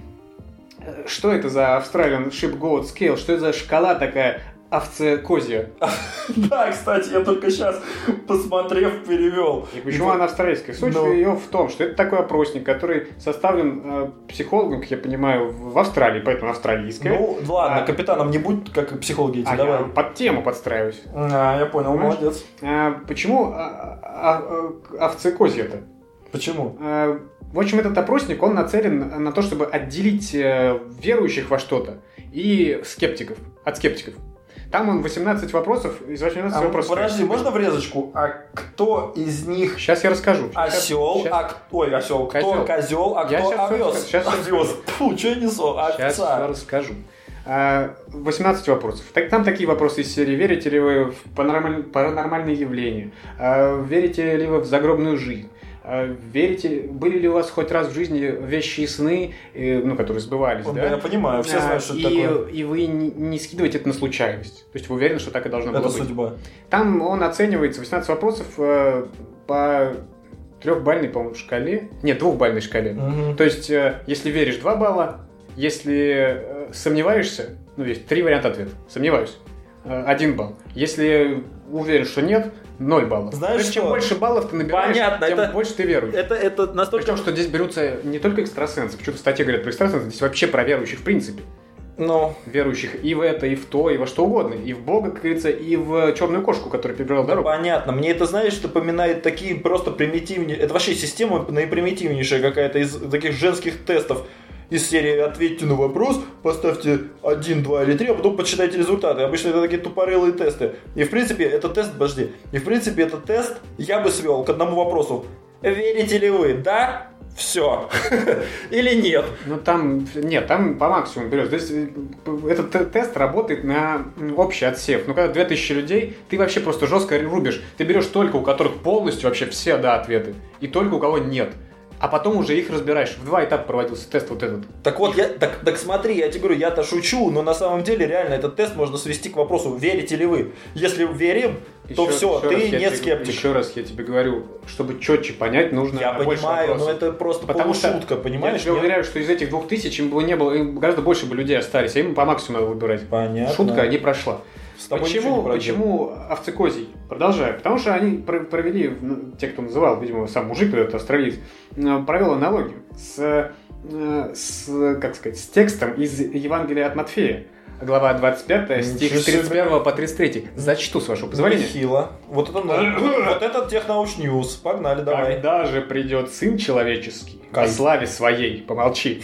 Speaker 1: э, Что это за Australian Ship Goat Scale? Что это за шкала такая овце козья?
Speaker 2: Да, кстати, я только сейчас, посмотрев, перевел.
Speaker 1: И почему она австралийская? Суть
Speaker 2: Ну.
Speaker 1: ее в том, что это такой опросник, который составлен э, психологом, как я понимаю, в в Австралии, поэтому австралийская.
Speaker 2: Ну, ладно,
Speaker 1: А-
Speaker 2: капитаном не будь, как и психологи эти,
Speaker 1: а я
Speaker 2: давай.
Speaker 1: под тему подстраиваюсь.
Speaker 2: А, я понял,
Speaker 1: Понимаешь?
Speaker 2: молодец.
Speaker 1: Э, почему а, а, а, овцы козья-то?
Speaker 2: Почему?
Speaker 1: Э, В общем, этот опросник, он нацелен на то, чтобы отделить э, верующих во что-то и скептиков, от скептиков. Там он 18 вопросов, из 18
Speaker 2: А,
Speaker 1: вопросов...
Speaker 2: подожди, можно врезочку? А кто из них
Speaker 1: Сейчас я расскажу.
Speaker 2: осел,
Speaker 1: Щас-
Speaker 2: а кто... Ой, осел, кто
Speaker 1: Козёл.
Speaker 2: козел, а
Speaker 1: Я
Speaker 2: кто
Speaker 1: щас всё
Speaker 2: овес?
Speaker 1: расскажу, щас всё
Speaker 2: Овес. Тьфу, что я несу?
Speaker 1: Сейчас
Speaker 2: Овца.
Speaker 1: расскажу. а, 18 вопросов. Так, там такие вопросы из серии. Верите ли вы в панормаль- паранормальные явления? А, Верите ли вы в загробную жизнь? А, Верите, были ли у вас хоть раз в жизни вещи сны, э, ну, которые сбывались,
Speaker 2: Вот,
Speaker 1: да?
Speaker 2: да, Я понимаю, все
Speaker 1: А,
Speaker 2: знают, что
Speaker 1: и,
Speaker 2: это такое.
Speaker 1: и вы не, не скидываете это на случайность. То есть вы уверены, что так и должно
Speaker 2: Это
Speaker 1: было быть.
Speaker 2: судьба.
Speaker 1: Там он оценивается 18 вопросов э, по трехбальной, по-моему, шкале. Нет, двухбальной шкале.
Speaker 2: Мгм.
Speaker 1: То есть, э, если веришь 2 балла, если э, сомневаешься, ну, есть три варианта ответа. Сомневаюсь. э, Один балл. Если уверен, что нет, 0 баллов.
Speaker 2: Знаешь
Speaker 1: То есть, чем
Speaker 2: что?
Speaker 1: больше баллов ты набираешь,
Speaker 3: Понятно,
Speaker 1: тем
Speaker 3: это-
Speaker 1: больше ты веруешь.
Speaker 3: Это, это настолько...
Speaker 1: Причем, что здесь берутся не только экстрасенсы, почему-то в статье говорят про экстрасенсов, здесь вообще про верующих в принципе.
Speaker 2: Ну,
Speaker 1: Верующих и в это, и в то, и во что угодно. И в Бога, как говорится, и в черную кошку, которая перебрала дорогу.
Speaker 2: понятно. Мне это, знаешь, напоминает такие просто примитивные... Это вообще система наипримитивнейшая какая-то из таких женских тестов. Из серии «Ответьте на вопрос», поставьте 1, 2 или 3, а потом почитайте результаты. Обычно это такие тупорылые тесты. И, в принципе, этот тест... Подожди. И, в принципе, этот тест я бы свел к одному вопросу. Верите ли вы? Да? Все. Или нет?
Speaker 1: Ну там, нет, там по максимуму берешь. То есть э, этот те- тест работает на м, общий отсев. Ну когда 2000 людей, ты вообще просто жестко рубишь. Ты берешь только у которых полностью вообще все да ответы, и только у кого нет. А потом уже их разбираешь. В два этапа проводился тест вот этот.
Speaker 2: Так вот, я, так, так смотри, я тебе говорю, я-то шучу, но на самом деле реально этот тест можно свести к вопросу, верите ли вы. Если верим, то
Speaker 1: Ещё-
Speaker 2: все,
Speaker 1: ещё раз
Speaker 2: ты
Speaker 1: я
Speaker 2: не
Speaker 1: тебе-
Speaker 2: скептик.
Speaker 1: Еще раз я тебе говорю, чтобы четче понять, нужно
Speaker 2: я
Speaker 1: больше
Speaker 2: понимаю, но
Speaker 1: вопросов.
Speaker 2: это просто
Speaker 1: Потому что
Speaker 2: полушутка,
Speaker 1: Я
Speaker 2: понимаешь?
Speaker 1: тебе
Speaker 2: Нет?
Speaker 1: уверяю, что из этих двух тысяч им бы не было, им гораздо больше бы людей остались, а им по максимуму надо выбирать.
Speaker 2: Понятно.
Speaker 1: Шутка не прошла.
Speaker 2: С тобой ничего
Speaker 1: Почему,
Speaker 2: не пройдет.
Speaker 1: почему овцы козий? Продолжаю. Потому что они про- провели, ну, те, кто называл, видимо, сам мужик, этот австралиец, э, провел аналогию с, э, с, как сказать, с текстом из Евангелия от Матфея. Глава 25, стих
Speaker 2: Ничего
Speaker 1: с
Speaker 2: себе.
Speaker 1: 31 по 33. Зачту, с вашего позволения.
Speaker 2: Нехило. Вот это, ну, вот это технауч ньюс. Погнали, давай.
Speaker 1: Когда же придет Сын Человеческий
Speaker 2: Кай.
Speaker 1: во славе Своей, помолчи,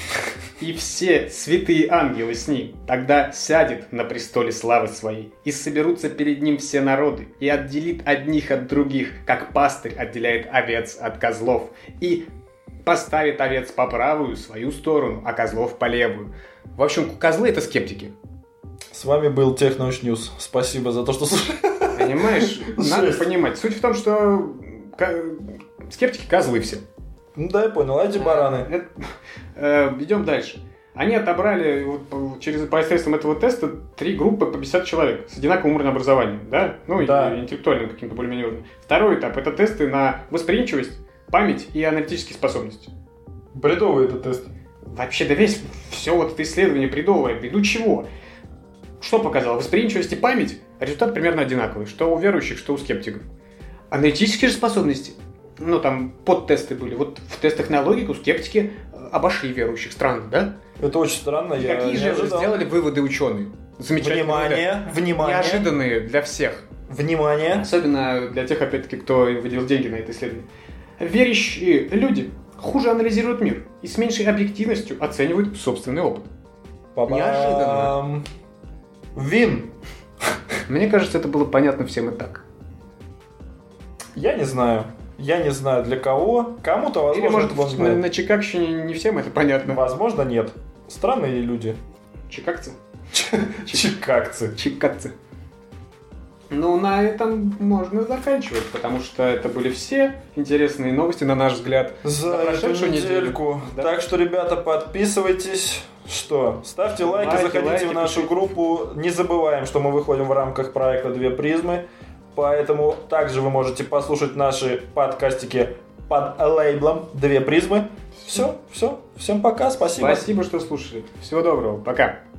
Speaker 1: и все святые ангелы с Ним, тогда сядет на престоле славы Своей, и соберутся перед Ним все народы, и отделит одних от других, как пастырь отделяет овец от козлов, и поставит овец по правую свою сторону, а козлов по левую. В общем, козлы это скептики.
Speaker 2: С вами был технауч ньюс. Спасибо за то, что слушали.
Speaker 1: Понимаешь? Надо
Speaker 2: Жесть.
Speaker 1: понимать. Суть в том, что ко- скептики козлы все.
Speaker 2: Ну да, я понял. А эти бараны.
Speaker 1: Э, Идем дальше. Они отобрали вот по- через посредством этого теста три группы по 50 человек с одинаковым уровнем образования, да? Ну,
Speaker 2: Да.
Speaker 1: и интеллектуальным каким-то более-менее уровнем. Второй этап – это тесты на восприимчивость, память и аналитические способности.
Speaker 2: Бредовый этот тест.
Speaker 1: Вообще, да весь, все вот это исследование бредовое, беду чего? Что показало? Восприимчивость и память? Результат примерно одинаковый, что у верующих, что у скептиков. Аналитические же способности, ну там подтесты были, вот в тестах на логику скептики э, обошли верующих странно, да?
Speaker 2: Это очень странно. я
Speaker 1: Какие
Speaker 2: не
Speaker 1: же
Speaker 2: ожидал.
Speaker 1: сделали выводы ученые? Замечательные.
Speaker 2: Внимание, внимание,
Speaker 1: Неожиданные для всех.
Speaker 2: внимание.
Speaker 1: Особенно для тех, опять-таки, кто выделил деньги на это исследование. Верящие люди хуже анализируют мир и с меньшей объективностью оценивают собственный опыт.
Speaker 2: Па-бам.
Speaker 1: Неожиданно.
Speaker 2: Вин.
Speaker 1: Мне кажется, это было понятно всем и так.
Speaker 2: Я не знаю. Я не знаю для кого. Кому-то, возможно,
Speaker 1: Или, может,
Speaker 2: он
Speaker 1: в- на,
Speaker 2: знает.
Speaker 1: на Чикагщине не всем это понятно.
Speaker 2: Возможно, нет. Странные люди.
Speaker 1: Чикагцы?
Speaker 2: Чикагцы.
Speaker 1: Чикагцы. Ну, на этом можно заканчивать, потому что это были все интересные новости, на наш взгляд.
Speaker 2: За
Speaker 1: Да,
Speaker 2: эту
Speaker 1: прошедшую неделю.
Speaker 2: недельку.
Speaker 1: Да.
Speaker 2: Так что, ребята, подписывайтесь. Что? Ставьте лайки,
Speaker 1: Лайки,
Speaker 2: заходите
Speaker 1: лайки,
Speaker 2: в нашу группу. Не забываем, что мы выходим в рамках проекта «Две призмы». Поэтому также вы можете послушать наши подкастики под лейблом «Две призмы». Все, все. Всем пока, спасибо.
Speaker 1: Спасибо, что слушали. Всего доброго. Пока.